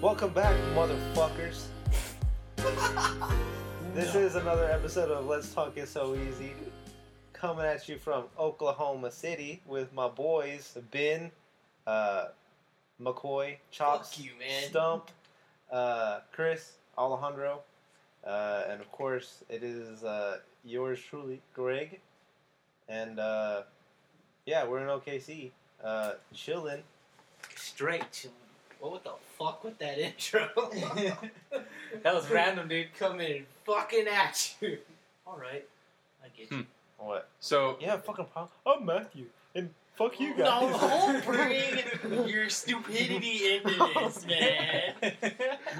Welcome back, motherfuckers. this No. is another episode of Let's Talk It So Easy. Coming at you from Oklahoma City with my boys, Ben, uh, McCoy, Chops, Fuck you, man. Stump, uh, Chris, Alejandro, uh, and of course, it is uh, yours truly, Greg. And uh, yeah, we're in OKC, uh, chilling. Straight to what the fuck with that intro? That was random, dude. Coming fucking at you. All right, I get you. What? So Yeah, fucking punk. I'm Matthew, and fuck you guys. No, don't bring your stupidity into this, man.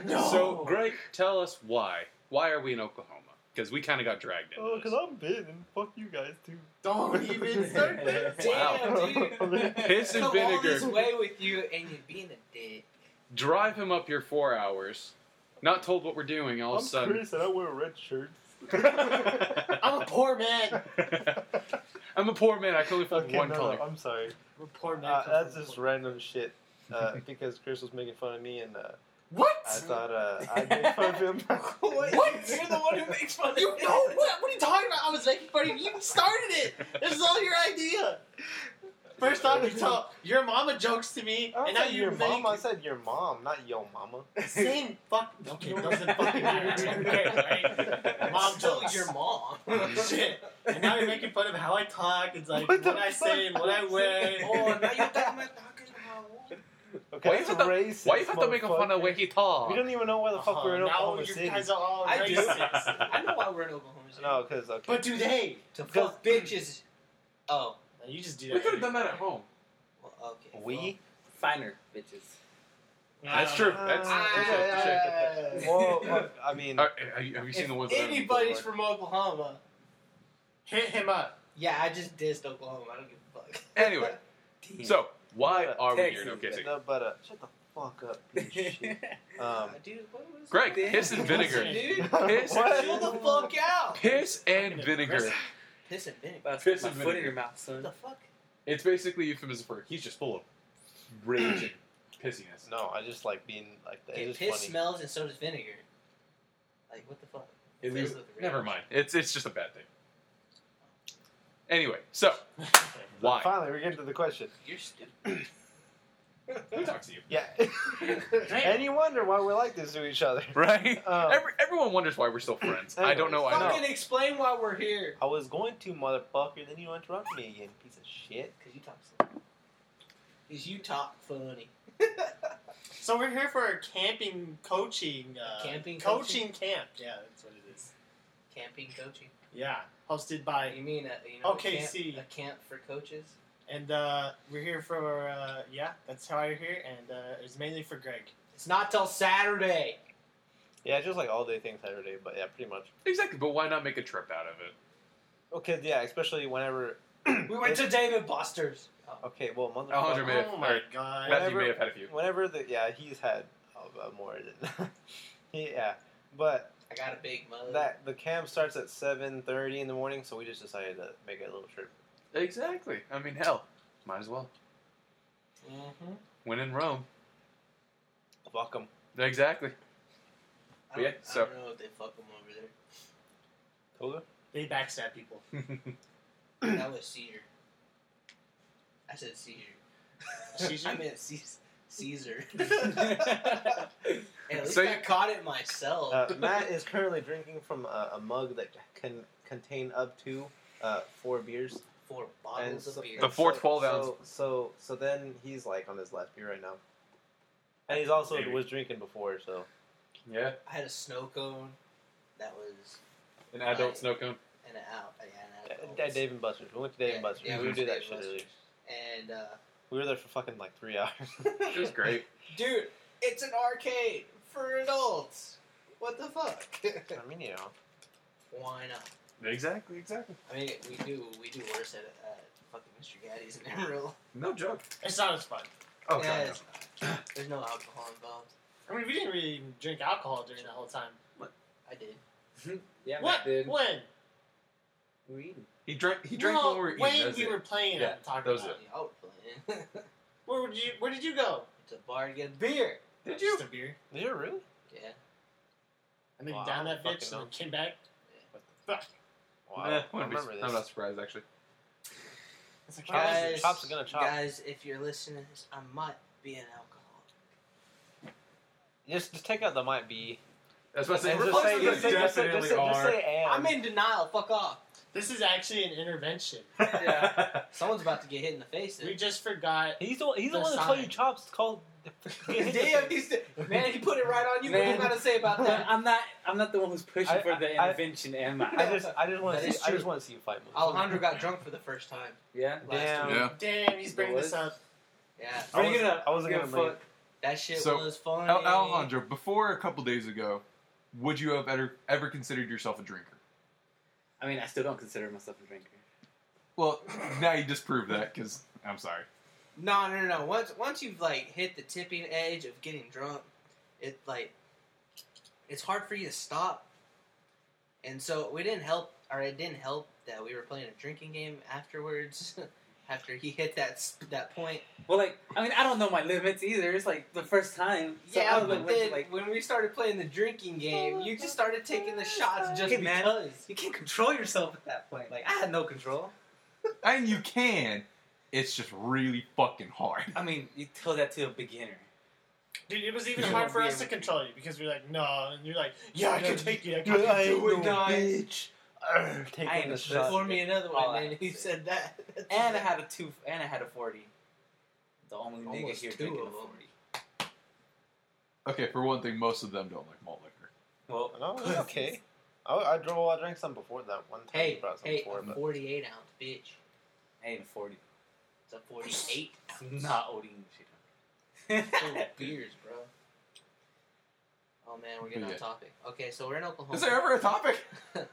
No. so Greg, tell us why. Why are we in Oklahoma? Because we kind of got dragged into Oh, this. because I'm Ben, and fuck you guys too. Don't even start that. Damn, Wow. dude. Piss and Come all this vinegar. way with you, and you're being a dick. Drive him up here four hours. Not told what we're doing. All I'm of a sudden, Chris, and I wear red shirts. I'm a poor man. I'm a poor man. I can only afford Okay, one no, color. no, I'm sorry. We're poor men. Uh, that's just random shit. Uh, because Chris was making fun of me, and uh, What? I thought uh, I made fun of him. What? You're the one who makes fun of You know what? What are you talking about? I was making fun of you. You started it. This is all your idea. First off, you tell your mama jokes to me, I and now said you your make mom. I said your mom, not yo mama. same fuck. Okay, doesn't fucking matter. Okay, right? Mom Oh, jokes. Your mom. Shit. And now you're making fun of how I talk. It's like What what, the I say and what I Uh-huh. fuck? weigh. Oh, now you're talking about Okay, Why you that's have to- racist. Why you have to make fun of motherfucker. Wiki We Tall? don't even know why the fuck we're in Uh-huh. now Oklahoma you City. guys are all I do. racist. I know why we're in Oklahoma City. Oh. No, because okay. But do they? To fuck bitches. Oh, No, you just do that. We could have done that at home. well, okay. we. finer bitches. That's true. Uh, That's, Ah, that's yeah, it. yeah, That's it. yeah. Well, uh, well, I mean, Are- have you- have you seen the ones? that are in Anybody's Boulevard? from Oklahoma. Hit him up. Yeah, I just dissed Oklahoma. I don't give a fuck. Anyway, so why Texas, are we here in OKC? no, but uh, shut the fuck up, you shit. Um, Dude, what was Greg, Damn. piss and vinegar. Dude, Piss What? chill the fuck out. Piss and vinegar. Piss and vinegar. About Piss my and foot in vinegar. your mouth, What son. the fuck? It's basically euphemism for he's just full of rage and pissiness. No, I just like being like that. Okay, It's piss just funny. smells and so does vinegar. Like, what the fuck? It Fills leaves- with rage. never mind. It's it's just a bad thing. Anyway, so why? Finally, we're getting to the question. You're stupid. Who talks to you? Yeah. and you wonder why we're like this to each other. Right? Um, Every, everyone wonders why we're still friends. Oh, I don't know why. Anyways, Fucking explain why we're here. I was going to, motherfucker, then you interrupted me again, piece of shit. Because you talk funny. Because you talk funny. So we're here for a camping coaching. Uh, Camping coaching camp. Yeah, that's what it is. Camping coaching. Yeah, hosted by Uh, You mean a, you know, OKC. A, camp, a camp for coaches? and uh, we're here for uh, yeah. That's how you're here, and uh, it's mainly for Greg. It's not till Saturday. Yeah, it's just like all day thing Saturday, but yeah, pretty much. Exactly, but why not make a trip out of it? Okay, yeah, especially whenever. We went to David Buster's. Oh, Okay, well, Alejandro motherfucker. may have. oh or my god. Matthew Whenever- may have had a few. Whenever the yeah, he's had uh, uh, more than yeah, but I got a big mother. That the camp starts at seven thirty in the morning, so we just decided to make a little trip. Exactly. I mean, hell, might as well. hmm When in Rome. Fuck 'em. Exactly. I don't, Yeah, so- I don't know if they fuck them over there. Toga? They backstab people. that was Caesar. I said Caesar. I Caesar? meant Caesar. Caesar. At least So I you- caught it myself. Uh, Matt is currently drinking from a, a mug that can contain up to uh, four beers. Four bottles so- of beer. The four so, 12 so, So so then he's like on his last beer right now, and he's also Maybe. was drinking before. So Yeah, I had a snow cone. That was an adult Right. snow cone. an out. I had an at adult. Dave and Buster's, we went to Dave and Yeah, Buster's. yeah, we we would do went to that Dave shit and earlier. And uh, We were there for fucking like three hours. It was great. dude, it's an arcade for adults. What the fuck? I mean, you know, Why not? exactly, exactly. I mean, we do we do worse at uh, fucking Mr. Gaddy's in Amarillo. No joke. It's not as fun. Oh, yeah, God, no. it's not. There's no alcohol involved. I mean, we didn't really even drink alcohol during that whole time. I did. Yeah, what? Matt did. When? We were eating. He drank. He drank no, when we were eating. when that's we it. were playing. Yeah, I'm talking those about. are- Y'all were playing. Where would you? Where did you go? it's a bar to get a beer. Did you? Just a beer. Did you really? Yeah. And then Wow, down I that fucking bitch and then don't. came back. Wow. Nah, I wouldn't be- remember I'm this. not surprised actually. It's like, Chops- guys, Guys, Chops are gonna chop. Guys, if you're listening, to this, I might be an alcoholic. Just, just take out the might be. That's what I said. And We're just say, probably just say, just say, definitely just say, just are. say and. I'm in denial. Fuck off. this is actually an intervention. Yeah. Someone's about to get hit in the face. We Then. just forgot. He's the one. He's the, The one that told sign. you chops. It's called. Damn, he's the, man, he put it right on you. What are you Man. about to say about that? I'm not. I'm not the one who's pushing I- for the I- I- intervention, am I? I just, I just want That to is see. I true. just want to see you fight. Moses. Alejandro got drunk for the first time. yeah. Last Damn. Week. Yeah. Damn, he's bringing this up. Yeah. I Are you wasn't- gonna? I wasn't give a gonna leave. fuck? That shit So, was fun. Al- Alejandro, before a couple days ago, would you have ever ever considered yourself a drinker? I mean, I still don't consider myself a drinker. Well, now you disprove that because I'm sorry. No, no, no, no. Once once you've like hit the tipping edge of getting drunk, it like it's hard for you to stop. And so we didn't help, or it didn't help that we were playing a drinking game afterwards. after he hit that s- that point. Well, like, I mean, I don't know my limits either. It's like the first time. So I yeah, was but like, then like, when we started playing the drinking game, you just started taking the shots just Hey, man. because. you can't control yourself at that point. Like, I had no control. And you can. It's just really fucking hard. I mean, you tell that to a beginner. Dude, it was even Yeah. hard for us to Yeah. control you because we were like, no, and you're like, yeah, I can take it. I can I ain't do it. no guys. bitch. Arrgh, Take I on ain't the a shot. Pour me another All one, I and have he to say. said that. And I had a two. And I had a forty. The only nigga Almost here two drinking a of 'em. forty. Okay, for one thing, most of them don't like malt liquor. Well, No, it's okay. I, I drove. I drank some before that one time. you hey, brought some hey, um, before, a but 48 ounce bitch. I ain't forty. It's a 48 It's not Odin full shit. of beers, bro. Oh man, we're getting But off yeah. topic. Okay, so we're in Oklahoma. Is there ever a topic?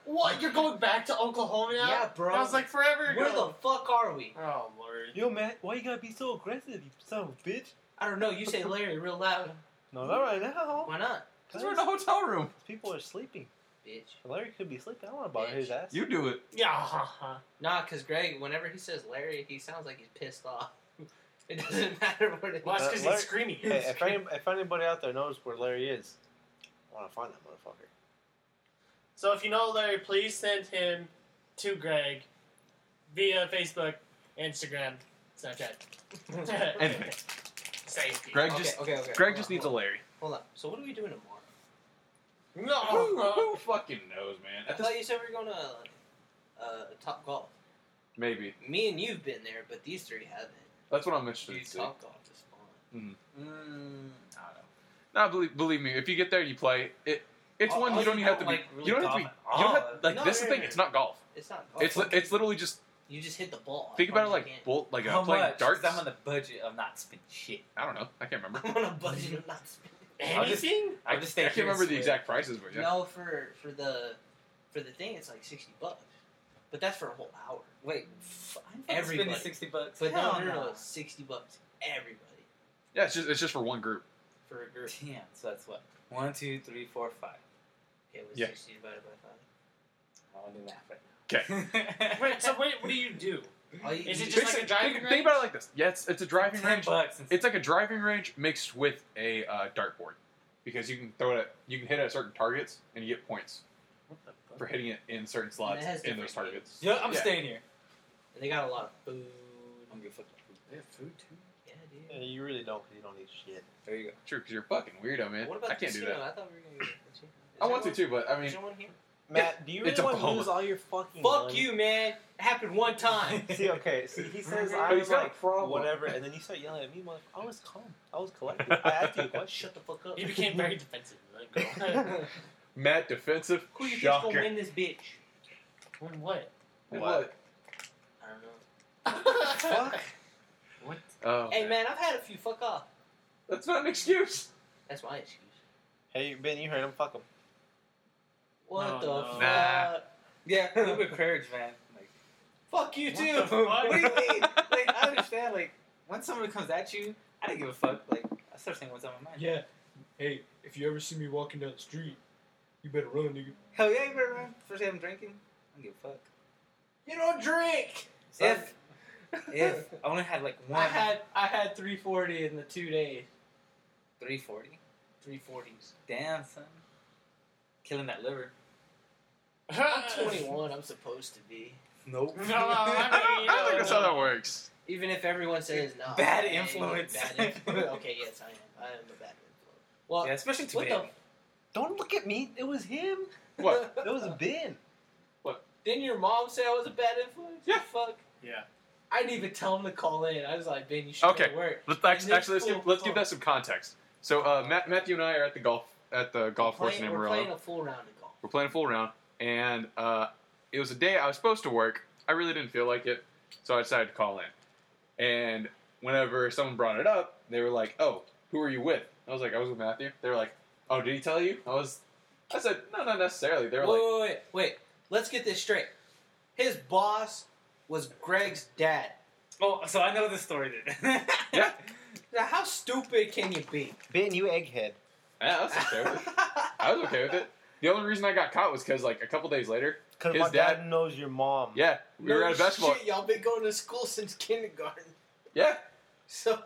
What? You're going back to Oklahoma now? Yeah, bro. That was like forever ago. Where the fuck are we? Oh, Lord. yo, man, why you gotta be so aggressive, you son of a bitch? I don't know. You say Larry real loud. No, not right now. Why not, Because we're in a hotel room. people are sleeping. bitch? Larry could be sleeping. I don't want to bother his ass. You do it. Yeah, uh-huh. ha, Nah, cause Greg, whenever he says Larry, he sounds like he's pissed off. It doesn't matter what it Well, was. that's Uh, because Larry- he's screaming. Hey, if, any, if anybody out there knows where Larry is, I want to find that motherfucker. So if you know Larry, please send him to Greg via Facebook, Instagram, Snapchat. Anything. Safety. Greg Okay, just okay, okay. Greg hold just on, needs a hold Larry. on. Hold on. So what are we doing tomorrow? No. Oh, fucking knows, man? I thought you said we were going to uh, Top Golf. Maybe. Me and you've been there, but these three haven't. That's what I'm interested Dude, in. seeing. Top Golf is fun. Mm, I don't know. No, believe, believe me. If you get there and you play, it it's Oh, one oh, you don't you even have to don't be. like really you don't have to be. golf You don't at have oh, all. like No, this. Is no, the thing. no, Oh, It's not golf. It's not golf. It's li- it's literally just You just hit the ball. think about it like bull, like uh, How playing much? 'Cause darts. I'm on the budget of not spending shit. I don't know. I can't remember. I'm on a budget. I'm not spending. I'll just- Anything? I, I'll just stay I can't here and remember the sweat. exact prices, but yeah. No, for for the for the thing, it's like sixty bucks, but that's for a whole hour. Wait, f- I'm fucking Everybody. spending sixty bucks. But Hell no, no, no, nah. it's sixty bucks everybody Yeah, it's just it's just for one group. for a group. Damn. So that's what one, two, three, four, five. It was Yeah. sixty divided by five. I want to do math right now. Wait, so wait, what do you do? All you- Is it you- just like a driving think, range? think about it like this. Yeah, it's it's a driving ten range. bucks? And It's like a driving range mixed with a uh, dartboard, because you can throw it. At, you can hit it at certain targets and you get points What the fuck? for hitting it in certain slots has in those different targets. yeah, I'm Yeah. staying here. and they got a lot of food. I'm gonna fuck. food too. Yeah, Yeah, dude. you really don't 'cause you don't eat shit. There you go. True, because you're a fucking weirdo, man. What about I can't the do casino? that. I thought we were gonna get a casino. Is I there want to one- too, but I mean, Is there one here? Matt, do you It's really want to Oklahoma. lose all your fucking? Fuck money? you, man. It happened one time. See, okay, see, he says But I'm he's got a like problem. whatever, and then you start yelling at me. Mother- I was calm. I was collected. I asked you a question. Shut the fuck up. You became very defensive. Like, go. Matt defensive. Who you just gonna Shocker. win this bitch? when what? What? I don't know. Fuck. What? Oh, Hey man. man, I've had a few. Fuck off. that's not an excuse. That's my excuse. Hey, Ben, you heard him. Fuck him. What No, the no. fuck? Nah. Yeah, a little bit of courage, man. Like, Fuck you What too. the fuck? what do you mean? Like, I understand. Like, when someone comes at you, I don't give a fuck. Like, I start saying what's on my mind. Yeah. Hey, if you ever see me walking down the street, you better run, nigga. Hell yeah, you better run. First day I'm drinking, I don't give a fuck. You don't drink. So if if I only had like one, I had I had 340 in the two days. Three forty. Three forties. Damn son, killing that liver. I'm 21. I'm supposed to be. Nope. No, I mean, I don't think that's how no. that works. Even if everyone says no. Bad I'm a influence. Bad influence. okay, yes, I am. I am a bad influence. Well, yeah, especially what today. the- Don't look at me. It was him. What? It was Ben. Didn't your mom say I was a bad influence? Yeah. Fuck. Yeah. I didn't even tell him to call in. I was like, Ben, you should Okay. go to work. Let's actually, Nick's actually let's give, cool. let's give that some context. So uh, Matt, Matthew and I are at the golf at the golf we're course in playing, we're Amarillo. playing a full round of golf. We're playing a full round, and uh, it was a day I was supposed to work. I really didn't feel like it, so I decided to call in. And whenever someone brought it up, they were like, "Oh, who are you with?" I was like, "I was with Matthew." They were like, "Oh, did he tell you?" I was, I said, "No, not necessarily." They were like, wait, wait, wait, wait. Let's get this straight. His boss was Greg's dad. Oh, so I know this story then. Yeah. Now, how stupid can you be? Ben, you egghead. "Yeah, that's okay." with it." I was okay with it. The only reason I got caught was because, like, a couple days later, Because His my dad, dad- knows your mom. yeah, we were No at a basketball. Shit, y'all been going to school since kindergarten. Yeah, So,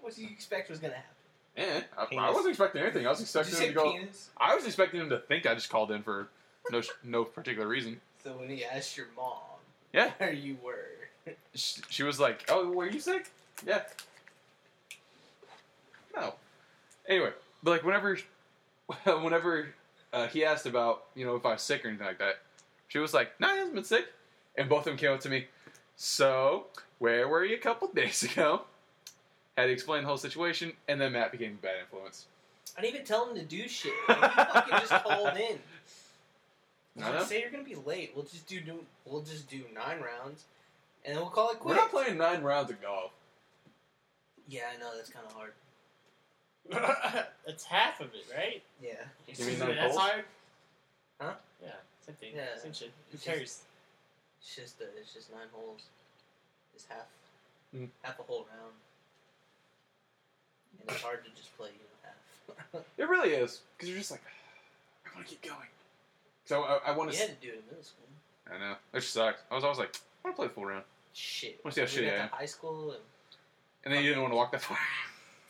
what do you expect was gonna happen? yeah. I, I Penis. wasn't expecting anything. I was Did expecting you him say to go. penis? I was expecting him to think I just called in for no no particular reason. So when he asked your mom, Yeah. where you were, she, she was like, "Oh, were you sick?" Yeah. No. Anyway, but like whenever, whenever uh, he asked about you know if I was sick or anything like that, she was like, "No, he hasn't been sick." And both of them came up to me. So where were you a couple days ago? Had to explain the whole situation, and then Matt became a bad influence. I didn't even tell him to do shit. Like, you fucking just called in. I know. Say you're gonna be late. We'll just do new, we'll just do nine rounds, and then we'll call it We're quits. not playing nine rounds of golf. Yeah, I know that's kind of hard. That's half of it, right? Yeah, You mean Excuse nine me, that's holes? hard? Huh? Yeah, same thing. Yeah. Same shit. Who It's just- cares? it's just uh, it's just nine holes. It's half Mm. half a whole round, and it's hard to just play you know half. It really is because you're just like, I want to keep going. So I, I want you to. had to do it in middle school. I know. It just sucked. I was always like, I want to play the full round. Shit. Wanna see how We shitty got I to am. High school and And then you didn't want to walk that far.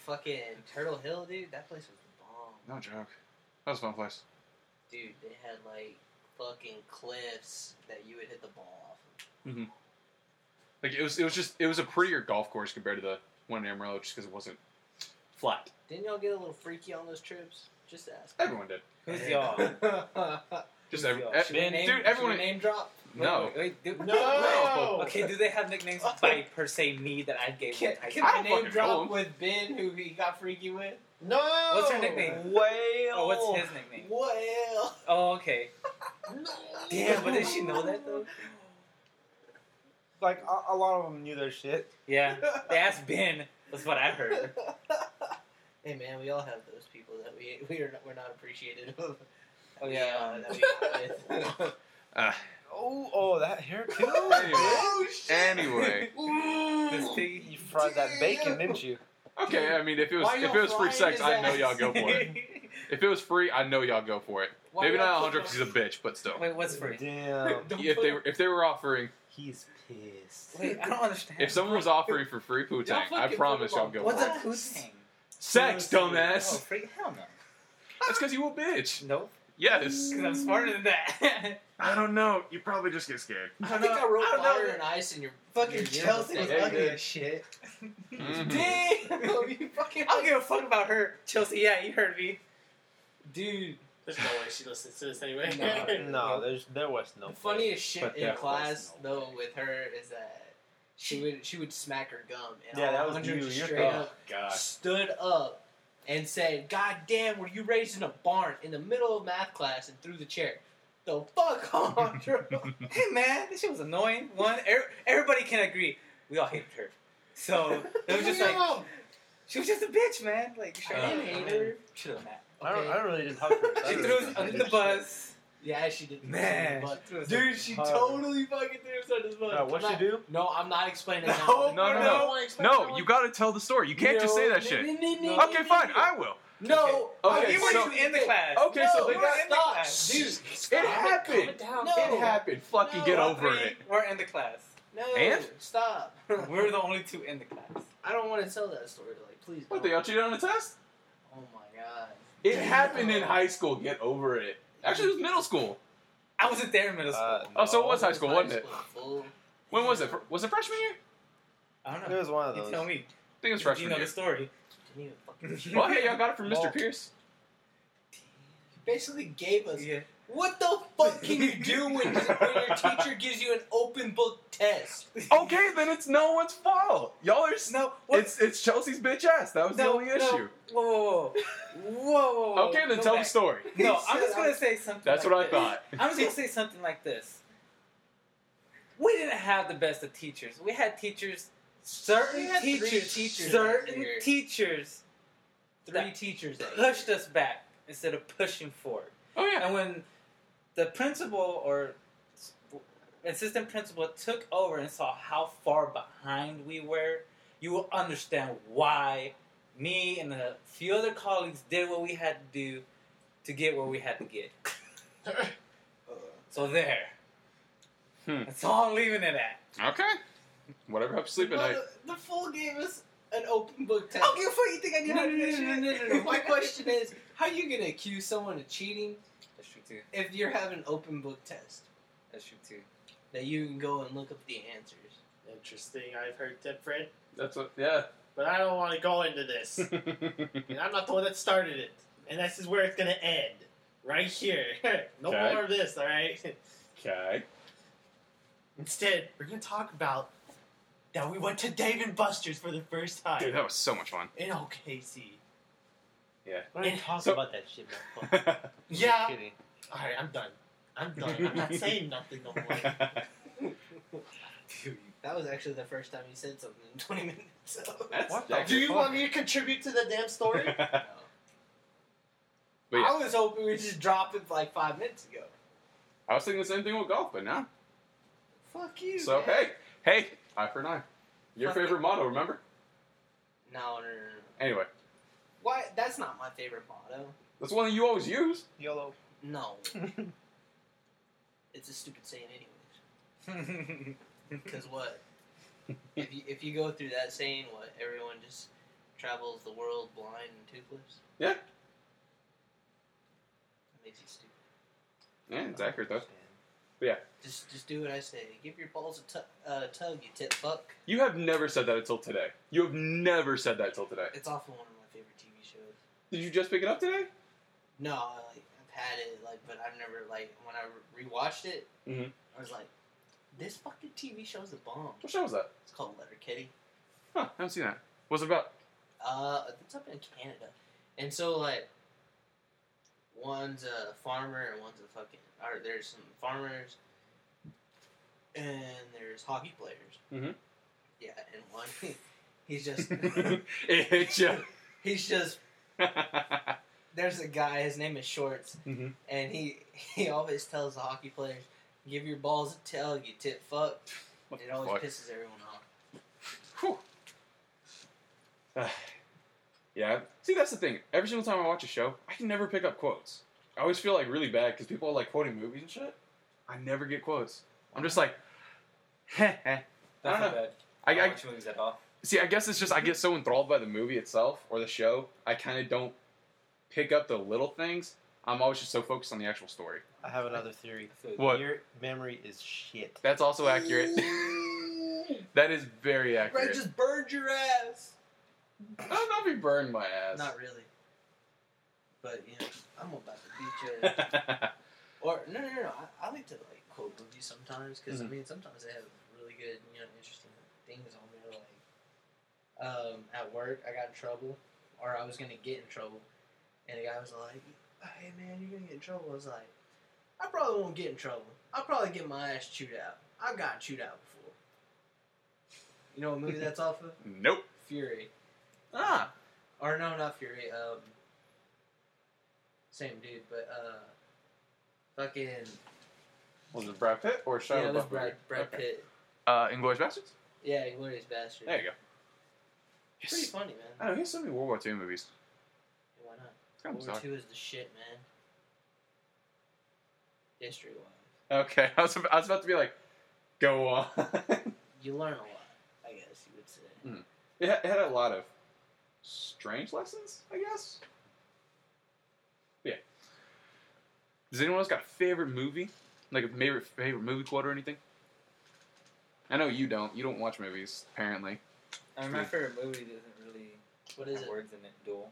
fucking Turtle Hill, dude. That place was bomb. no joke. That was a fun place. Dude, they had like fucking cliffs that you would hit the ball off. of. Like it was, it was just, it was a prettier golf course compared to the one in Amarillo, just because it wasn't flat. Didn't y'all get a little freaky on those trips? Just ask. Everyone did. Who's y'all? Just every, Yo, eh, should we name- dude, should everyone. we name drop. No. Wait, wait, wait, do- No! Okay, do they have nicknames by per se me that I gave? Can, them? I- can I I don't name fucking know drop him. with Ben, who he got freaky with? No. What's her nickname? Whale. oh, what's his nickname? Well, Oh, okay. No. Damn, but did she know that though? Like a, a lot of them knew their shit. Yeah, they asked Ben. That's what I heard. hey man, we all have those people that we we are not, we're not appreciated of. Oh uh, yeah. that we got with. Uh, Oh, oh, that hair too. Anyway. anyway, This piggy. you fried that bacon, didn't you? okay. I mean, if it was, Why if y'all it was free flying sex, his I know ass? y'all go for it. If it was free, I know y'all go for it. Why Maybe y'all not put 100 those- because he's a bitch, but still. Wait, what's free? Damn, Don't If put they them- were, if they were offering, he's pissed. Wait, I don't understand. if someone was offering for free Y'all poutine, I fucking promise put them y'all on go What's for a it. poutine? Sex, Oh, dumbass. free? Hell no. That's because you a bitch. Nope. Yes. Because I'm smarter than that. I don't know. You probably just get scared. I think I wrote I don't know. fire and ice in your your Fucking yearbook Chelsea that was Yeah, year. you ugly did. as shit. Mhm. Damn, you fucking. I don't give a fuck about her, Chelsea. Yeah, you heard me. dude. There's no way she listens to this anyway. No. No, there's there was no. The funniest shit But in that was class no though way. with her is that she would she would smack her gum and Yeah, all that was 100 you. You're straight fucked. up God. stood up and said, "God damn, were you raised in a barn in the middle of math class and threw the chair?" The fuck, Andrew. Mm-hmm. Hey man, this shit was annoying. One, er- everybody can agree. We all hated her. So it was just like Damn. she was just a bitch, man. Like I shut didn't up. hate her. Shut up, man. I don't. Okay. I don't really didn't hug her. I She really threw us didn't under do the shit. bus. Yeah, she did. Man, But- she threw us under dude, the she bus. totally fucking threw us under the bus. No, what I'm she not- do? No, I'm not explaining No, that. no, We're no, not no. gonna explain that No, one. you gotta tell the story. You can't just say that No, shit. no, no, no, Okay, no, fine. no. I will. No. Oh, Okay, you weren't so- even in the class. Okay, so they you got. weren't in the stop. class. Dude, It happened. down. No. It happened. Fucking No, get All over three it. We're in the class. No, And? stop. We're the only two in the class. I don't want to tell that story. Like, please. What? don't. They all cheated on a test? Oh my god. It happened in high school. Get over it. Actually, it was middle school. I wasn't there in middle school. Uh, Oh, so it was high High school, wasn't it? fool. When was it? Was it freshman year? I I don't It know. was one of You tell those. me. think it was you freshman know year. the story. Didn't even fucking- Well, hey, y'all got it from Mr. Well- Pierce. He basically gave us. Yeah. What the fuck can you do when, when your teacher gives you an open book test? Okay, then it's no one's fault. Y'all are. s No. What? It's it's Chelsea's bitch ass. That was the no, only no. issue. Whoa, whoa, whoa, whoa, whoa, whoa. Okay, then Go tell back. the story. No, He I'm said just gonna say something. That's like what I this. thought. I'm just gonna say something like this. We didn't have the best of teachers. We had teachers, certain We had three teachers, teachers certain that year. teachers Three teachers that pushed us back instead of pushing forward. Oh yeah. And when the principal or s- assistant principal took over and saw how far behind we were, you will understand why me and a few other colleagues did what we had to do to get where we had to get. So there. Hmm. That's all I'm leaving it at. Okay. Whatever helps you sleep at Well, night. The, the fool gave us an open book I test. don't give a fuck. You think I knew No, how no, to do no, that no, no, shit? no, no. My question is, how are you gonna accuse someone of cheating That's true too. if you're having an open book test That's true too. that you can go and look up the answers? Interesting. I've heard different, That's what. Yeah. but I don't want to go into this. and I'm not the one that started it. And this is where it's gonna end. Right here. no Okay. more of this, alright? okay. Instead, we're gonna talk about that we went to Dave and Buster's for the first time Dude, that was so much fun. in OKC. Yeah. Why don't you talk So- about that shit, man? Yeah. Kidding. Alright, I'm done. I'm done. I'm not saying nothing no more. That was actually the first time you said something in 20 minutes. That's What the actually Do you fun. want me to contribute to the damn story? No. But yeah. I was hoping we just drop it like five minutes ago. I was thinking the same thing with golf, but no. Fuck you. So man. hey, hey, eye for an eye. Your Fuck. favorite motto, remember? No, no, no, no. no. Anyway, Why? That's not my favorite motto. that's one that you always use. YOLO. No, it's a stupid saying anyways. Because what? if you if you go through that saying, what everyone just travels the world blind and toothless. Yeah. That makes you stupid. Yeah, it's accurate though. Just just do what I say. Give your balls a tu- uh, tug, you tit fuck. You have never said that until today. You have never said that until today. It's off of one of my favorite TV shows. Did you just pick it up today? No, I, like I've had it, like, but I've never like when I rewatched it, Mhm. I was like, this fucking TV show's a bomb. What show was that? It's called Letter Kitty. Huh, I haven't seen that. What's it about? Uh, it's up in Canada, and so like, one's a farmer and one's a fucking. Or there's some farmers, and there's hockey players. Mhm. Yeah, and one, he's just, it hit you. he's just. There's a guy. His name is Shorts, Mhm. and he he always tells the hockey players, "Give your balls a tug, you tit fuck." What it the always fuck? pisses everyone off. Whew. Ah. yeah. See, that's the thing. Every single time I watch a show, I can never pick up quotes. I always feel like really bad because people are like quoting movies and shit. I never get quotes. I'm just like, heh heh. That's I not don't bad. I, I watch movies at all. see. I guess it's just I get so enthralled by the movie itself or the show. I kind of don't pick up the little things. I'm always just so focused on the actual story. I have another theory. What? Your memory is shit. That's also accurate. that is very Right, accurate. just burned your ass. I don't know if he burned my ass. Not really. But you know, I'm about to beat you. or no, no, no. no. I, I like to like quote movies sometimes because Mhm. I mean sometimes they have really good, you know, interesting things on there. Like um, at work, I got in trouble, or I was gonna get in trouble, and the guy was like, "Hey man, you're gonna get in trouble." I was like, "I probably won't get in trouble. I'll probably get my ass chewed out. I've gotten chewed out before." You know what movie that's off of? nope. Fury. Ah. Or no, not Fury. Um, same dude, but uh, fucking Was it Brad Pitt or Shia yeah, it was LaBeouf? Brad, Brad Okay. Pitt. Uh, Inglourious Bastards. Yeah, Inglorious Bastard. There you go. Pretty Yes. funny, I man. don't know. He has so many World War II movies. Why not? It's kind of World War bizarre. Two is the shit, man. History wise, Okay, I was, I was about to be like, go on. you learn a lot, I guess you would say. it, had, it had a lot of strange lessons, I guess. Does anyone else got a favorite movie? Like a favorite favorite movie quote or anything? I know you don't. You don't watch movies, apparently. I mean, my favorite movie doesn't really What is have it? words in it. Duel.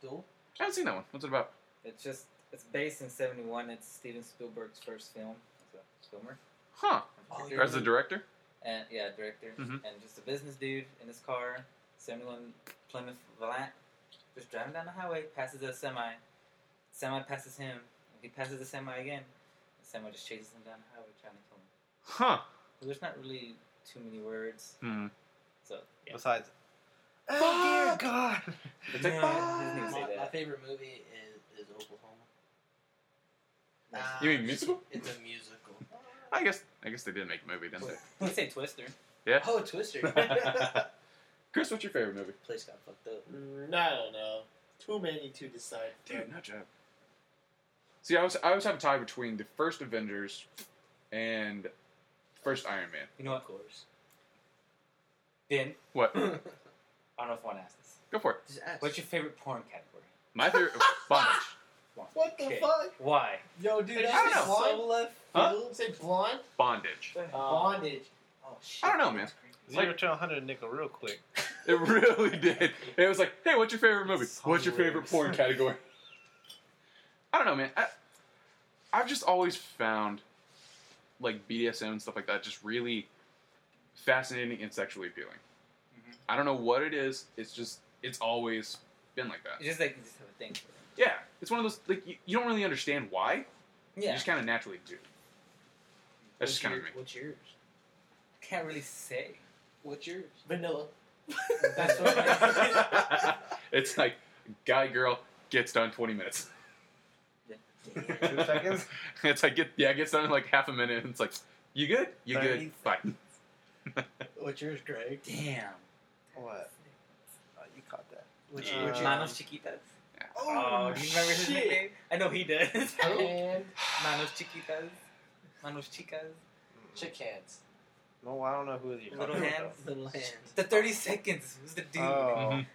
Duel? I haven't seen that one. What's it about? It's just it's based in '71. It's Steven Spielberg's first film as a filmer. Huh? Oh, Or as the Mhm. director? and yeah, director, Mhm. and just a business dude in his car, seventy-one Plymouth Valant, just driving down the highway, passes a semi, semi passes him, and he passes the semi again, the semi just chases him down the highway trying to kill him. Huh? So there's not really too many words, Hmm. so yeah. Besides, Oh, dear God. It's like, Yeah, "Fuck." he doesn't even My, say my that. favorite movie is, is Oklahoma. Nice. You mean musical? It's a musical. I guess. I guess they did make a movie, didn't they? You say Twister. Oh, Twister. Chris, what's your favorite movie? Place got fucked up. Mm, I don't know. Too many to decide. Dude, no joke. See, I was I always have a tie between the first Avengers and first Iron Man. You know what? course. Then What? I don't know if I want to ask this. Go for it. Just ask. What's your favorite porn category? My favorite bondage. What the Okay. fuck? Why? Yo, dude, I that's don't so know. left Huh? field. Say blonde? Bondage. Um, Bondage. Oh shit. I don't know, man. Zero to 100 nickel real quick. It really did. It was like, hey, what's your favorite movie? Some What's your favorite lyrics. porn category? I don't know, man. I, I've just always found like BDSM and stuff like that just really fascinating and sexually appealing. Mhm. I don't know what it is. It's just it's always been like that. It's just like you just have a thing for it. Yeah, it's one of those like you, you don't really understand why. You Yeah. just kind of naturally do. That's just What's kind of your- me. What's yours? Can't really say. What's yours? Vanilla. That's what it's like guy girl gets done twenty minutes. Two seconds? it's like get yeah, it gets done in like half a minute. And it's like you good, you Thirty good, bye. What's yours, Greg? Damn. What? Oh, you caught that. What's, Uh, what's Manos yours? Chiquitas. Oh, do you remember his shit. nickname? I know he does. And Manos Chiquitas. Manos Chicas. chick hands. No, I don't know who you're Little talking hands. about. The land. The 30 seconds was the dude. Oh, Mhm.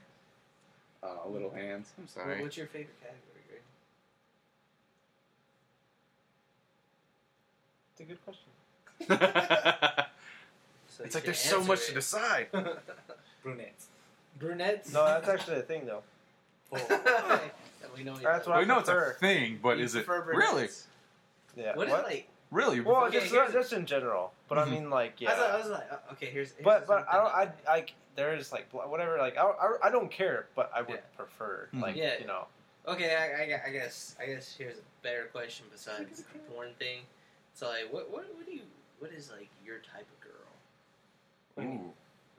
Aw, little hands. I'm What- sorry. What's your favorite category, Greg? it's a good question. it's So like there's so much to decide. to. Brunettes. Brunettes. No, that's actually a thing, though. Okay. we know. That's what We I know it's a prefer. thing, but is it really? Yeah. What is What? like? Really? Well, Okay, just, here's- just in general. But Mhm. I mean, like, yeah. I, thought, I was like, uh, okay, here's. here's but but I something. don't I like there is like bl- whatever like I, I, I don't care but I would prefer Mhm. like Yeah. you know Okay, I, I, gu- I guess I guess here's a better question besides the porn thing. So like, what what what do you what is like your type of girl? Ooh.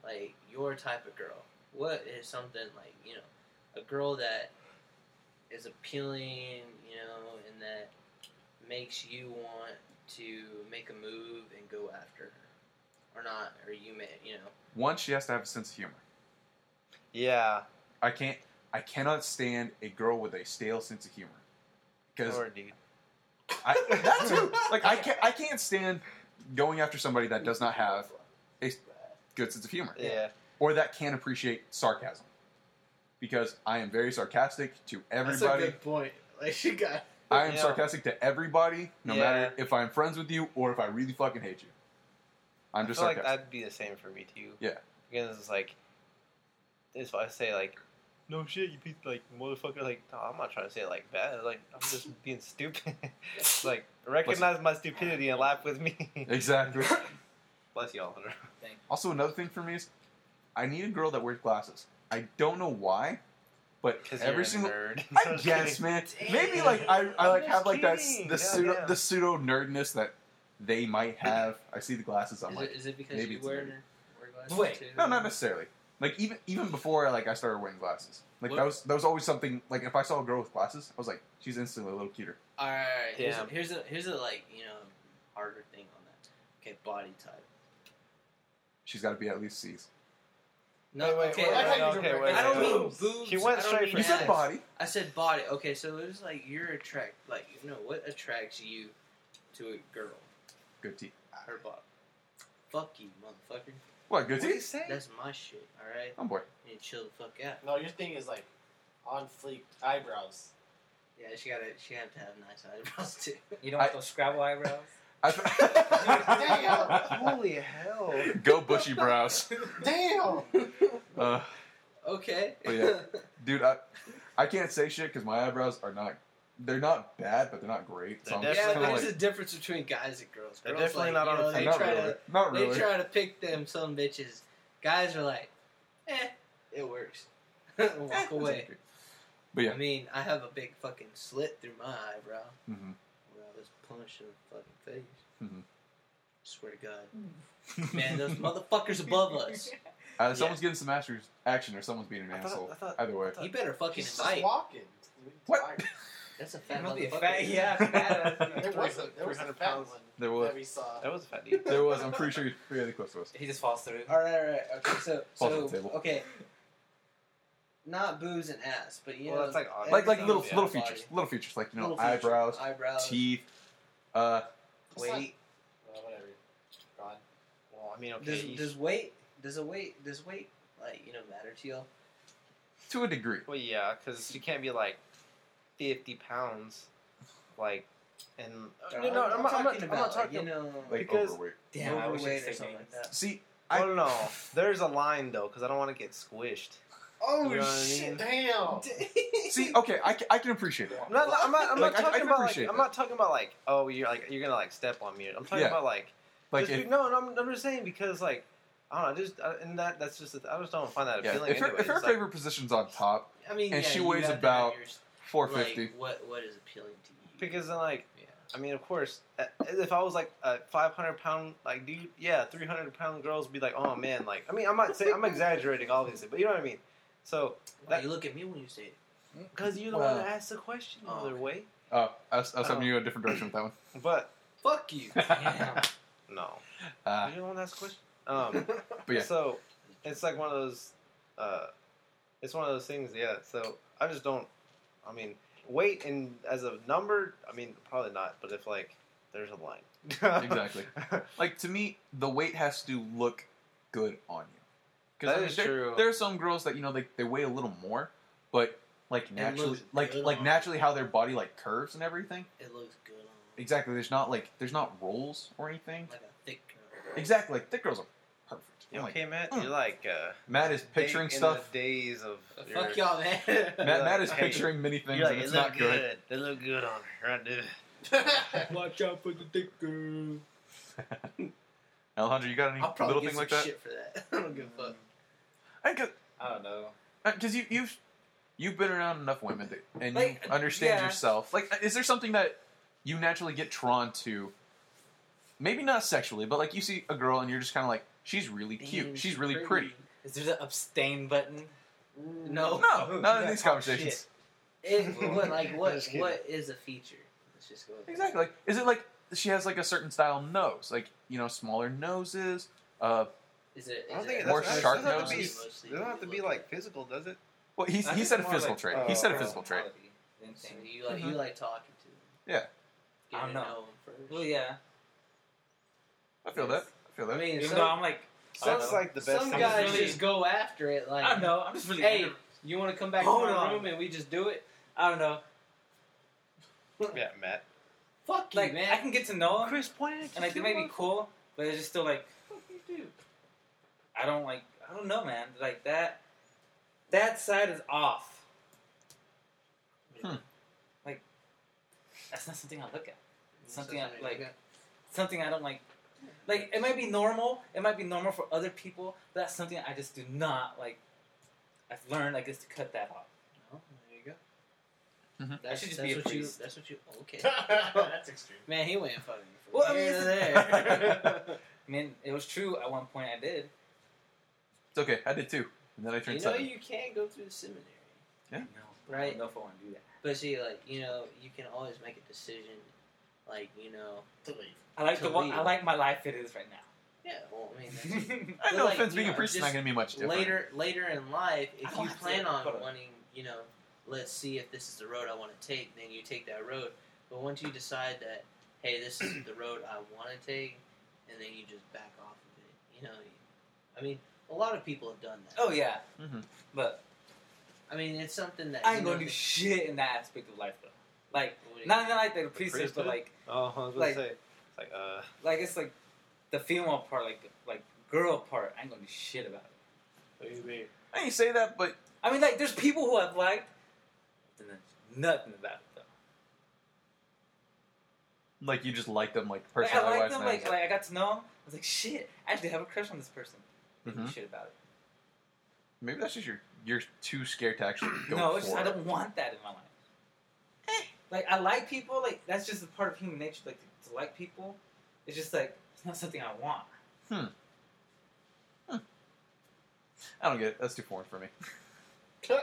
Like your type of girl. What is something like you know, a girl that is appealing, you know, and that makes you want to make a move and go after her, or not, or you may, you know. One, she has to have a sense of humor. yeah I can't. I cannot stand a girl with a stale sense of humor. Because or dude I that too. Like I can't. I can't stand going after somebody that does not have a good sense of humor yeah or that can appreciate sarcasm. Because I am very sarcastic to everybody. point. Like she got. I am Yeah. sarcastic to everybody, no Yeah. matter if I'm friends with you or if I really fucking hate you. I'm I just feel like sarcastic. that'd be the same for me too Yeah. because it's like if I say like no shit you piece like motherfucker like no I'm not trying to say it like that like I'm just being stupid like recognize my stupidity and laugh with me Exactly. bless y'all also, another thing for me is I need a girl that wears glasses. I don't know why, but because you're every a single nerd I guess, man. Maybe like I, I I'm like just have like that s- kidding. the Yeah, pseudo yeah. the pseudo nerdness that they might have. I see the glasses. I'm Is like, it, is it because maybe you it's a wear, baby. wear glasses Wait, too? no, not necessarily. Like even even before like I started wearing glasses, like that What- was that was always something. Like if I saw a girl with glasses, I was like, she's instantly a little cuter. All right, here's, Damn. a, here's a here's a like you know harder thing on that. Okay, body type. She's got to be at least C's. No, Wait, wait, okay, wait, I, wait, don't- okay, wait, I don't wait, mean wait. boobs. She went I don't straight mean for You said ass. body. I said body. Okay, so it was like you're attract like you know what attracts you to a girl, Good teeth. her body. Fuck you, motherfucker. What good what do you teeth? say That's my shit. All right, Oh boy. you need to chill the fuck out. No, your thing is like on fleek eyebrows. Yeah, she gotta she had to have nice eyebrows too. You don't want I- those Scrabble eyebrows? I- Holy hell! Go bushy brows, Damn. uh, okay. Oh, yeah. dude. I I can't say shit because my eyebrows are not. They're not bad, but they're not great. So I'm They're just yeah, definitely kind there's of a difference between guys and girls. They're girls definitely not like, you on know, the they same not try really. to not they really. try to pick them some bitches. Guys are like, eh, it works. Eh, Walk away. it's okay. But yeah, I mean, I have a big fucking slit through my eyebrow hmm where I was punched in the fucking face. Mhm. Swear to God, man, those motherfuckers above us. Either Mm-hmm. Uh, someone's getting some action, action, or someone's being an I asshole. thought, I thought Either way, You better fucking She's just invite. walking. What? That's a fat Must be a motherfucker. fat- yeah, fat There was a there was a 300 fat pounds. one there was, that we saw. that was a fat dude. there was. I'm pretty sure you're fairly close to us. He just falls through. All right, all right. Okay, so Falls so on the table. okay, not booze and ass, but you Well, know, that's like odd. Like like everything little on little the body. features, little features like you know Little feature. eyebrows, eyebrows, teeth, uh, It's not- weight. Well, whatever. God. Well, I mean, okay. Does, you- does weight does a weight does weight like you know matter to y'all? to a degree. Well, yeah, because you can't be like fifty pounds, like, and no, no, I'm, not- I'm not, I'm not talking. you know. Like Because- overweight. damn, I wish overweight you'd or say something like that. See, I- Well, no, there's a line though, because I don't want to get squished. Oh You know what I mean? shit! Damn. Oh. see, okay, I, ca- I can appreciate that. I'm not, I'm not, I'm Like, I- not I talking can about like, appreciate I'm not talking about like, oh, you're like, you're gonna like step on me. I'm talking Yeah. about like, Like just if, be- no, no, I'm, I'm just saying because like, I don't know, just uh, and that that's just, I just don't find that yeah, appealing. if her, anyway. if her It's like, favorite position's on top, I mean, oh, And yeah, she you weighs have to have about your, s- 450. Like, what what is appealing to you? because then like, Yeah. I mean, of course, uh, if I was like a 500 pound like dude, yeah, 300 pound girls would be like, oh man, like, I mean, I'm not saying I'm exaggerating obviously, but you know what I mean. So, Why that- you look at me when you say it? because you're the Well- one that asked the question, Oh, other okay. way. oh, I was, I was Oh. hoping you go a different direction with that one. But Fuck you. Damn. no, Uh, you don't ask questions. Um, but yeah, so it's like one of those. Uh, it's one of those things. Yeah. So I just don't. I mean, weight and as a number. I mean, probably not. But if like there's a line. Exactly. like to me, the weight has to look good on you. That I mean, is there, true. There are some girls that you know they, they weigh a little more, but like naturally, looks like good like on naturally how their body like curves and everything. It looks good on Exactly. There's not like there's not rolls or anything. like a thick girl. Exactly. Like thick girls are perfect. You I'm like, okay, Matt? mm. You're like uh, Matt is picturing day- stuff. in the days of. your- Fuck y'all, man. Matt, You're Matt like, is hey, picturing many things You're like, and it's it look not good. They look good on her. I do. Watch out for the thick girl. Alejandro, you got any I'll probably little get thing some like that? shit for that. I don't give a fuck. I don't know. Because uh, you you've you've been around enough women that, and Like, you understand yeah. yourself. Like, uh, is there something that you naturally get drawn to? Maybe not sexually, but like you see a girl and you're just kind of like, she's really cute, she's really pretty. Is there the abstain button? No. No, not in Yeah, these talk conversations. It, what, like what? Just kidding. What is a feature? Let's just go. With that. Exactly. Like, is it like she has like a certain style nose, like you know, smaller noses, uh, Is it? I don't is think it it More doesn't, sharp doesn't have to be. noses? It doesn't have to be like physical, does it? Well, he, I he think said a it's more physical like, trait. uh, he said a physical trait. Than So thing. you like Mm-hmm. you like talking to them. Yeah. Get I don't to know. know 'em Well, first. yeah. uh, I feel that. I feel that. I mean, Even some, though I'm like, I don't Sounds know. like the best. some thing. guys really- just go after it. Like, I don't know. I'm just really. hey, into- you want to come back Hold to my on. room and we just do it? I don't know. Yeah, Matt. Fuck you, Like, man. I can get to know them, Chris pointed. and like they might be cool, but it's just still like, What the fuck you do? I don't like. I don't know, man. Like that. That side is off. Hmm. That's not something I look at. That's Something I- something like- got. Something I don't like. Like it might be normal. It might be normal for other people. But that's something I just do not like. I've learned I guess to cut that off. Oh, there you go. Mhm. That's, should just that's be a what you. priest. That's what you. Okay. That's extreme. Man, he went fucking. from Well, I mean, here to it's- there. I mean, it was true at one point. I did. It's okay. I did too, and then I turned you know seven. you can't go through the seminary, No, I right? don't know if I want to do that. But see, like you know, you can always make a decision. Like you know, I like To the one. leave. I like my life it is right yeah. Well, I mean, that's now. I But, know like, offense. you Being a know, priest is just not going to be much different. later, later in life, I if don't you have to plan on put a- wanting, you know, let's see if this is the road I want to take, then you take that road. But once you decide that, hey, this is the road I want to take, and then you just back off of it. You know, I mean, a lot of people have done that. oh yeah, Mhm. but I mean, it's something that I you ain't know, gonna do shit in that aspect of life though. Like not even like the priestess, priesthood? but like Oh, I was gonna Like- say. It's like, uh, like it's like the female part, like like girl part. I ain't gonna do shit about it. What do you mean? I ain't say that, but I mean, like there's people who I've liked, and then nothing about it though. like you just like them, like Like, person I liked otherwise. them, and I like, was like I got to know 'em. I was like, shit, I actually have a crush on this person. like, Didn't do mhm. Shit about it. Maybe that's just your you're too scared to actually go no, for it's just, I it. don't want that in my life. Eh. Like I like people, like that's just a part of human nature. Like to, to like people, it's just like it's not something I want. I don't get it. That's too foreign for me.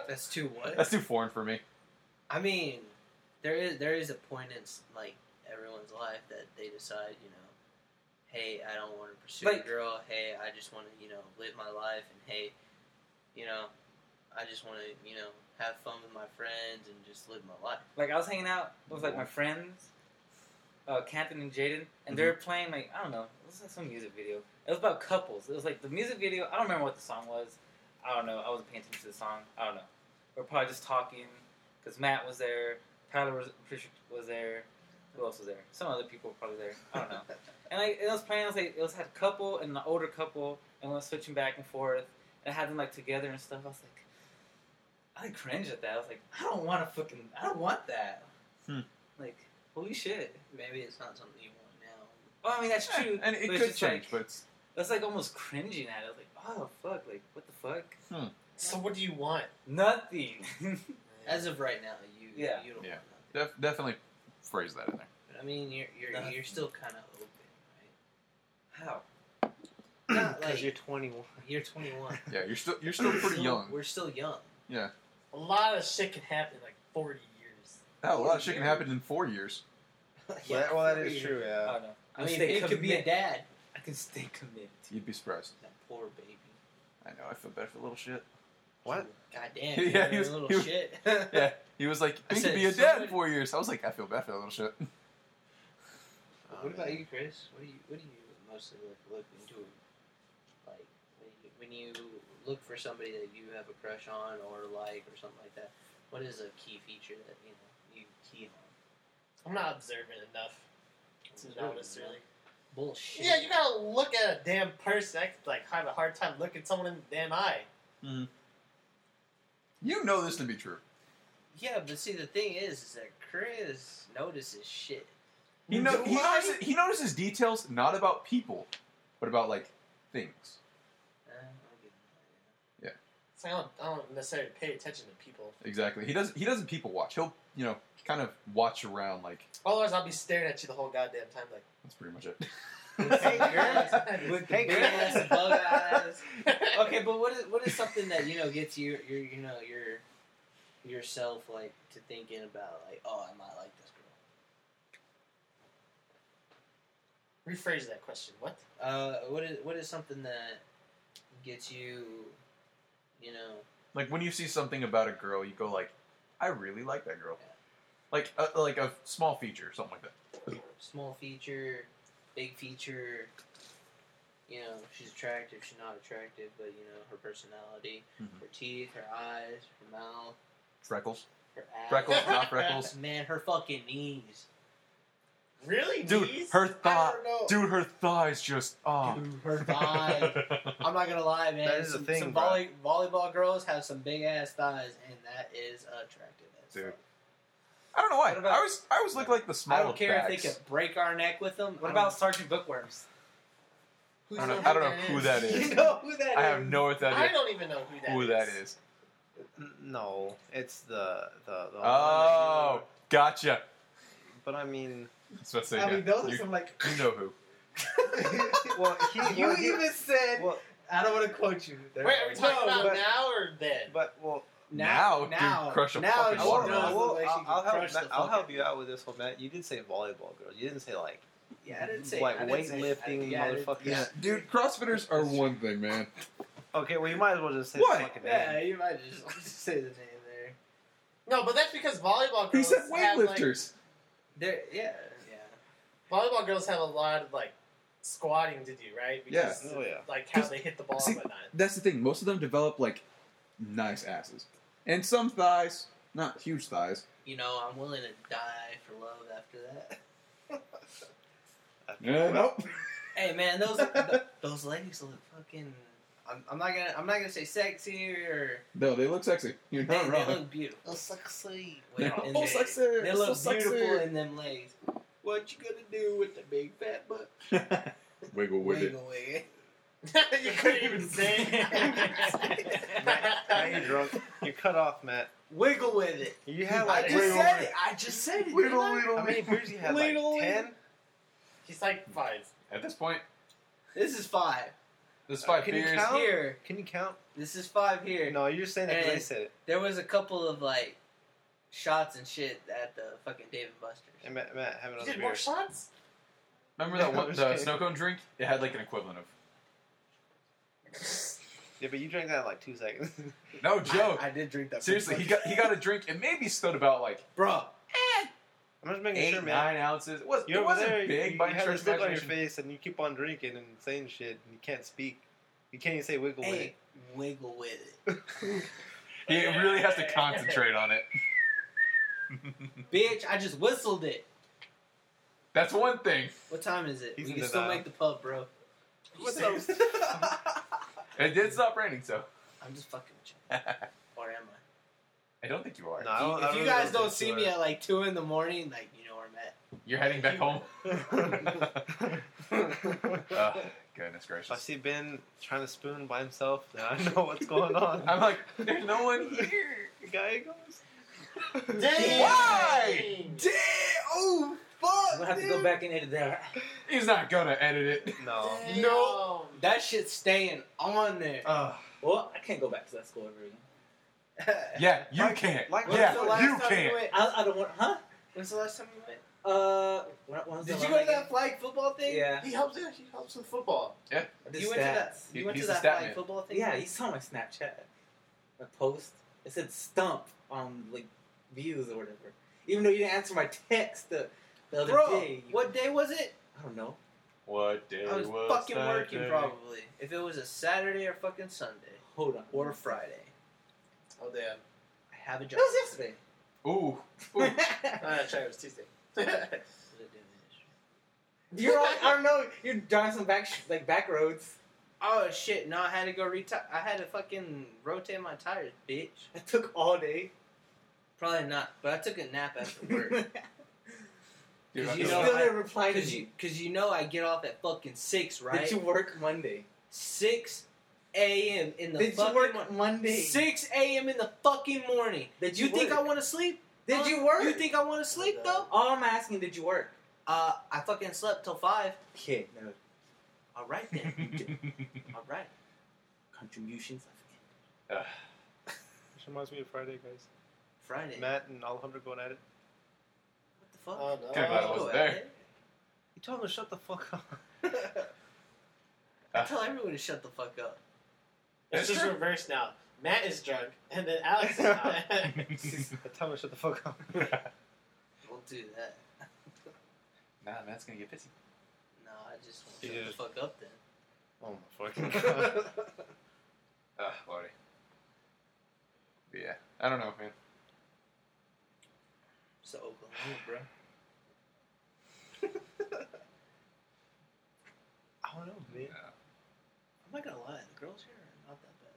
That's too what? That's too foreign for me. I mean, there is there is a point in s- like everyone's life that they decide, you know, hey, I don't want to pursue Like- a girl. Hey, I just want to, you know, live my life, and hey, you know, I just want to, you know, have fun with my friends and just live my life. Like I was hanging out with like my friends, uh, Canton and Jaden, and they were playing like I don't know, it was like some music video. It was about couples. It was like the music video. I don't remember what the song was. I don't know. I wasn't paying attention to the song. I don't know. We are probably just talking because Matt was there, Tyler was pretty sure was there. Who else was there? Some other people were probably there. I don't know. and like it was playing. It was like it was had a couple and an older couple, and we was switching back and forth. And I had them like together and stuff. I was like. I cringed at that. I was like, I don't want to fucking, I don't want that. Hmm. Like, holy shit. Maybe it's not something you want now. Well, I mean, that's Yeah, true. Eh, and it but it's could just change, like- but it's, That's like almost cringing at it. I was like, oh fuck, like what the fuck? So what do you want? Nothing. As of right now, you Yeah. you don't Yeah. want nothing. def- definitely phrase that in there. But I mean, you're you're Nothing. you're still kind of open, How? right? Not because like you're you're, 21. 21. Yeah, you're still you're still pretty young. We're still young. A lot of shit can happen in like 40 years. Hell, a lot of shit can happen in four years. Well, that- well, that is we're- true, I yeah. don't know. I mean, it could be a committed. dad. I can stay committed. You'd be surprised. That poor baby. I know. I feel bad for little shit. What? God damn. Yeah, Yeah, he was- little he was- shit. Yeah, he was like, I "You could said, be a dad in somebody- four years." I was like, "I feel bad for that little shit." Oh, What about man. you, Chris? What do you What do you mostly look look into? Like when you, when you look for somebody that you have a crush on or like or something like that. What is a key feature that you know you key on? I'm not observant enough to Observant notice really. Bullshit. Yeah, you gotta look at a damn person. I could like have a hard time looking someone in the damn eye. You know this to be true. Yeah, but see, the thing is, is that Chris notices shit. He know Do he I? notices, he notices details not about people, but about like things. Uh, I'll give It's like I don't, I don't necessarily pay attention to people. Exactly. He doesn't he doesn't people watch. He'll you know kind of watch around. Like Otherwise, I'll be staring at you the whole goddamn time. Like, that's pretty much hey, it. girl. With Hey, the big girl. ass bug eyes. Okay, but what is what is something that you know gets your your you know your yourself like to thinking about like oh I might like this girl. Rephrase that question. What? Uh, what is what is something that gets you, you know, like when you see something about a girl, you go like, "I really like that girl." Like a, like a small feature, something like that. small feature, big feature. You know, she's attractive. She's not attractive, but you know her personality, Mhm. her teeth, her eyes, her mouth, Freckles, her ass. freckles, not freckles. Man, her fucking knees. Really? Dude, knees? her thigh. I don't know. Dude, her thighs just ah. Dude, her thigh. I'm not gonna lie, man. That is a some, thing, Some bro. volley, volleyball girls have some big ass thighs, and that is attractive. As Dude. fuck. I don't know why. What about- I always I always look like the small. I don't care bags. if they could break our neck with them. What I about Sergeant Bookworms? Who's I don't know- the I don't know that who is? that don't- is. You know who that I is? have no idea I don't even know who that who is. that is. N- No, it's the the. the Oh, gotcha. But I mean, That's what I, say, I yeah. mean, those are you, some like. you know who? well, he, well, he- said. well, I don't want to quote you. Wait, are we talking No, about but- now or then? but well, Now, dude, crush a now fucking she I She will watermelon. does knows I the will, way she I'll, can I'll help. crush Matt, the I'll fuck help you out with this one, Matt. You did say volleyball girls. You didn't say like Yeah, I didn't say like I didn't say- weightlifting I- yeah, I didn't- motherfuckers. Yeah. dude, CrossFitters are one thing, man. Okay, well you might as well just say the What? fucking Yeah, name. you might just just say the name there. No, but that's because volleyball girls. He said have, like- weightlifters. There, yeah, yeah. volleyball girls have a lot of like squatting to do, right? Because Yeah. Oh, yeah. Like how 'Cause- they hit the ball see- and whatnot. That's the thing. Most of them develop like nice asses and some thighs, Not huge thighs. You know, I'm willing to die for love after that. Yeah, Eh, nope. Hey man, those th- those legs look fucking. I'm, I'm not gonna I'm not gonna say sexy or No, they look sexy. You're they, not they wrong. look beautiful. sexy. Wait, They're and all they, sexy. they look So sexy. beautiful in them legs. What you gonna do with the big fat butt? wiggle with it. Wiggle wiggle. you couldn't even say Now you're it. drunk. You cut off, Matt. Wiggle with it. You had I like just wiggle- said it. I just said it. Wiggle, didn't I? wiggle. How many beers you had? Like Wiggle. ten. He's like five. At this point, This is five this five Can you beers. count? here. Can you count? This is five here. No, you're just saying that because I And- said it. There was a couple of like shots and shit at the fucking Dave and Buster's. And Matt, Matt have You another did beer. more shots? Remember that one, Okay. the snow cone drink? It had like an equivalent of. Yeah, but you drank that in like two seconds. No joke. I, I did drink that. Seriously, he pretty got he got a drink and maybe stood about like Bro, I'm just making eight sure, man. nine ounces. It, was, You're it over wasn't there. big you by you any have stretch this of look on your imagination. face, and you keep on drinking and saying shit, and you can't speak. You can't even say wiggle hey, wig. wiggle with it. He really has to concentrate on it. Bitch, I just whistled it. That's one thing. What time is it? He's we in can the still dial. make the pub, bro. What So- It did stop raining, so I'm just fucking with you. I Or am I? don't think you are. No, I don't, I if you really guys think don't you see are. me at like two in the morning, like you know where I'm at. You're heading back home. if Ugh, Oh, goodness I gracious. see Ben trying to spoon by himself, then I know what's going on. I'm like, there's no one here. guy goes. good. Dang! Why? Dang! Oh fuck! We'll have to go back and edit that. He's not gonna edit it. No. No. That shit's staying on there. Ugh. Well, I can't go back to that school ever again. yeah, you Like- can't. like- When's yeah, the last you time can't. You went? I, I don't want, huh? When's the last time you went? Uh, when, when was Did the you last go to that flag football time? thing? Yeah. He helps. Yeah, he helps with football. The You went to that. stats. You He- went to he's a that stat flag man. football thing. Yeah, you saw my Snapchat. My post. It said stump on like views or whatever. Even though you didn't answer my text the, the other Bro, day. what day was it? I don't know. What day I was fucking that working day? probably. If it was a Saturday or fucking Sunday Hold on. or a Friday, Oh damn! I have a That job. was yesterday. Ooh. Ooh. No, no, sorry, it was Tuesday. That's You're on, I don't know. You're driving some back sh- like back roads. Oh shit! No, I had to go retire. I had to fucking rotate my tires, bitch. It took all day. Probably not, but I took a nap after work. Because Dude, I You you feel know, still I- didn't reply to Cause you, me. cause you know I get off at fucking six, right? Did you work Monday? Six a.m. in the Did fucking you work morning. Monday? Six a.m. in the fucking morning. Did You think I work? want to sleep? Did huh? you work? You think I want to sleep though? all I'm asking, did you work? Uh, I fucking slept till five. Okay, no. All right then. like- All right. Contributions. Ugh. Which reminds me of Friday, guys. Friday. Matt and Alejandro going at it. What the fuck? Oh no! Kinda glad I Go wasn't at there. it. You told him to shut the fuck up. I tell everyone to shut the fuck up. It's just Sure. reverse now. Matt is drunk, and then Alex is not. I told him to shut the fuck up. Don't do that. nah, Matt's gonna get pissy. No, I just want to You shut the just- fuck up then. Oh my fucking god. Ugh, Lordy. But yeah, I don't know, man. So Oklahoma, bro. I don't know, man. I'm not gonna lie, the girls here are not that bad.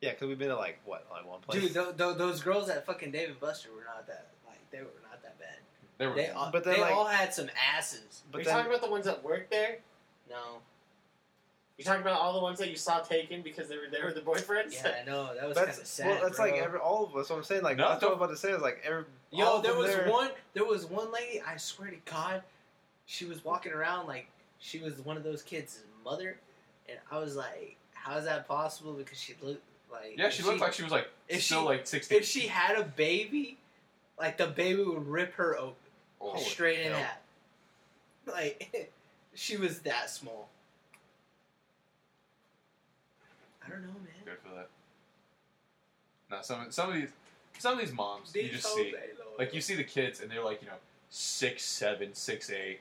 Yeah, because we've been to like what, like one place. Dude, th- th- those girls at fucking Dave and Buster were not that like they were not that bad. There we They go. all, But but they're they like- all had some asses. Are but you then, talking about the ones that work there? No, You talking about all the ones that you saw taken because they were there with the boyfriends? yeah, I know that was kind of that's sad. well, that's bro. like every all of us. What I'm saying, like No, that's what I'm don't- about to say. Is like every all yo, of there them was there- one, there was one lady. I swear to God, she was walking around like she was one of those kids' mother, and I was like, how is that possible? Because she looked like yeah, if she looked like she was like if still she- like sixteen. if she had a baby, like the baby would rip her open. Oh, straight in hell. half. Like she was that small. I don't know, man. Good for that. No, some some of these some of these moms you just see like you see the kids and they're like you know six seven six eight,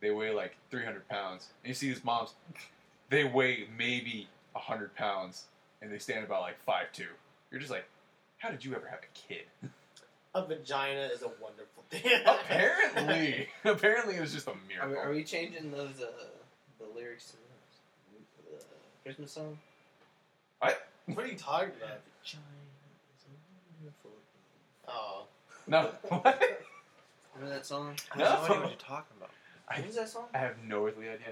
they weigh like three hundred pounds. And you see these moms, they weigh maybe hundred pounds and they stand about like five two. You're just like, How did you ever have a kid? A vagina is a wonderful thing. apparently, apparently it was just a Are, miracle. we- are we changing those uh, the lyrics to the uh, Christmas song? What are you talking about? Vagina is a wonderful thing. Oh. No, what? Remember that song? I don't No. know what you're talking about. I- What was that song? I have no earthly idea.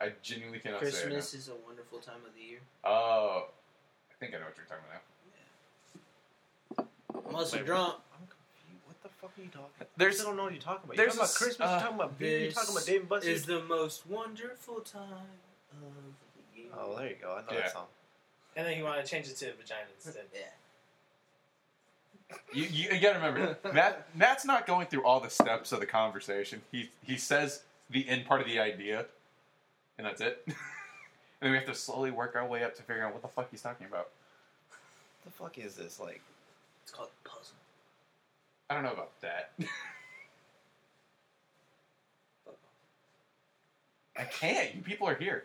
I genuinely cannot say. it Christmas is a wonderful time of the year. now. Oh, I think I know what you're talking about Must be Wait, drunk. I'm confused. What the fuck are you talking about? There's- I don't know what you're talking about. there's you're talking this, about Christmas, uh, you're talking about beer, you're talking about Dave and Buster's. is the most wonderful time of the year. Oh, there you go. I know Yeah. that song. And then you want to change it to vagina instead. yeah. now. You, you, you gotta remember, Matt, Matt's not going through all the steps of the conversation. He he says the end part of the idea, and that's it. and then we have to slowly work our way up to figure out what the fuck he's talking about. What the fuck is this? Like, It's called puzzle. I don't know about that. I can't. You people are here.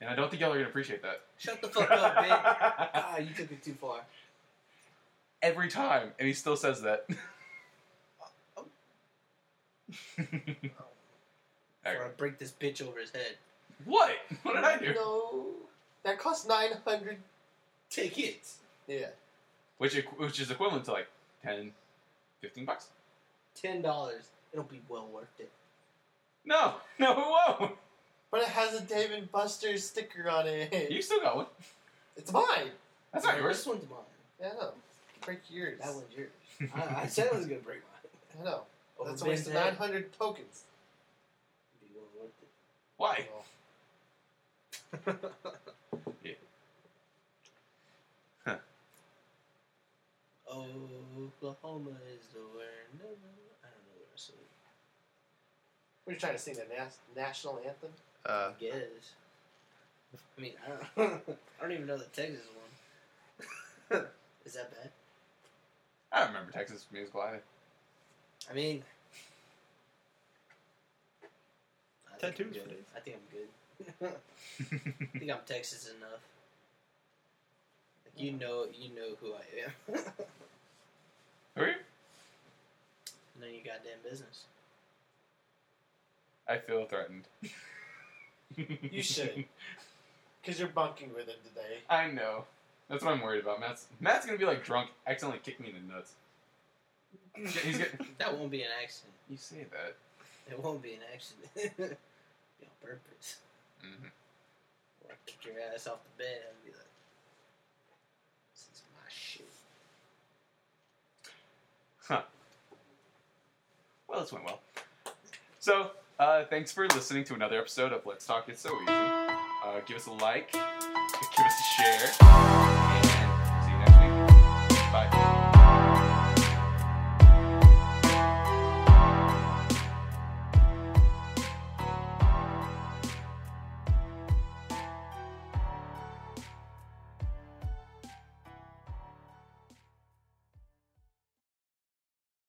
And I don't think y'all are going to appreciate that. Shut the fuck up, bitch. Ah, you took it too far. Every time. And he still says that. There you Or I break this bitch over his head. what? What did I do? No. That costs 900. Take it. Yeah. Which, equ- which is equivalent to like 10, 15 bucks? Ten dollars. It'll be well worth it. No, no, it won't. But it has a Dave and Buster's sticker on it. You still got one. It's mine. That's not Yeah, yours. This one's mine. Yeah, I know. Break yours. That one's yours. I, I said I was gonna break mine. I know. Over That's a waste of Ben's head. 900 tokens. It'll be well worth it. Why? Oh. Oklahoma is the where. No, no, no. I don't know the rest of it. We're trying to sing the nas- national anthem. uh, I guess. I mean, I don't. I don't even know the Texas one. Is that bad? I don't remember Texas musical either. I mean, I think I'm Tattoos for good. days. I think I'm good. I think I'm Texas enough. Like, you know, you know who I am. Who are you? None of your goddamn business. I feel threatened. You should. Because you're bunking with him today. I know. That's what I'm worried about. Matt's Matt's gonna be like drunk, accidentally kick me in the nuts. He's gonna- he's gonna- That won't be an accident. you say that. It won't be an accident. be on purpose. Mhm. Or I kick your ass off the bed and be like, "This is my shit." Well, this went well. So, uh, thanks for listening to another episode of Let's Talk It's So Easy. Uh, give us a like, give us a share,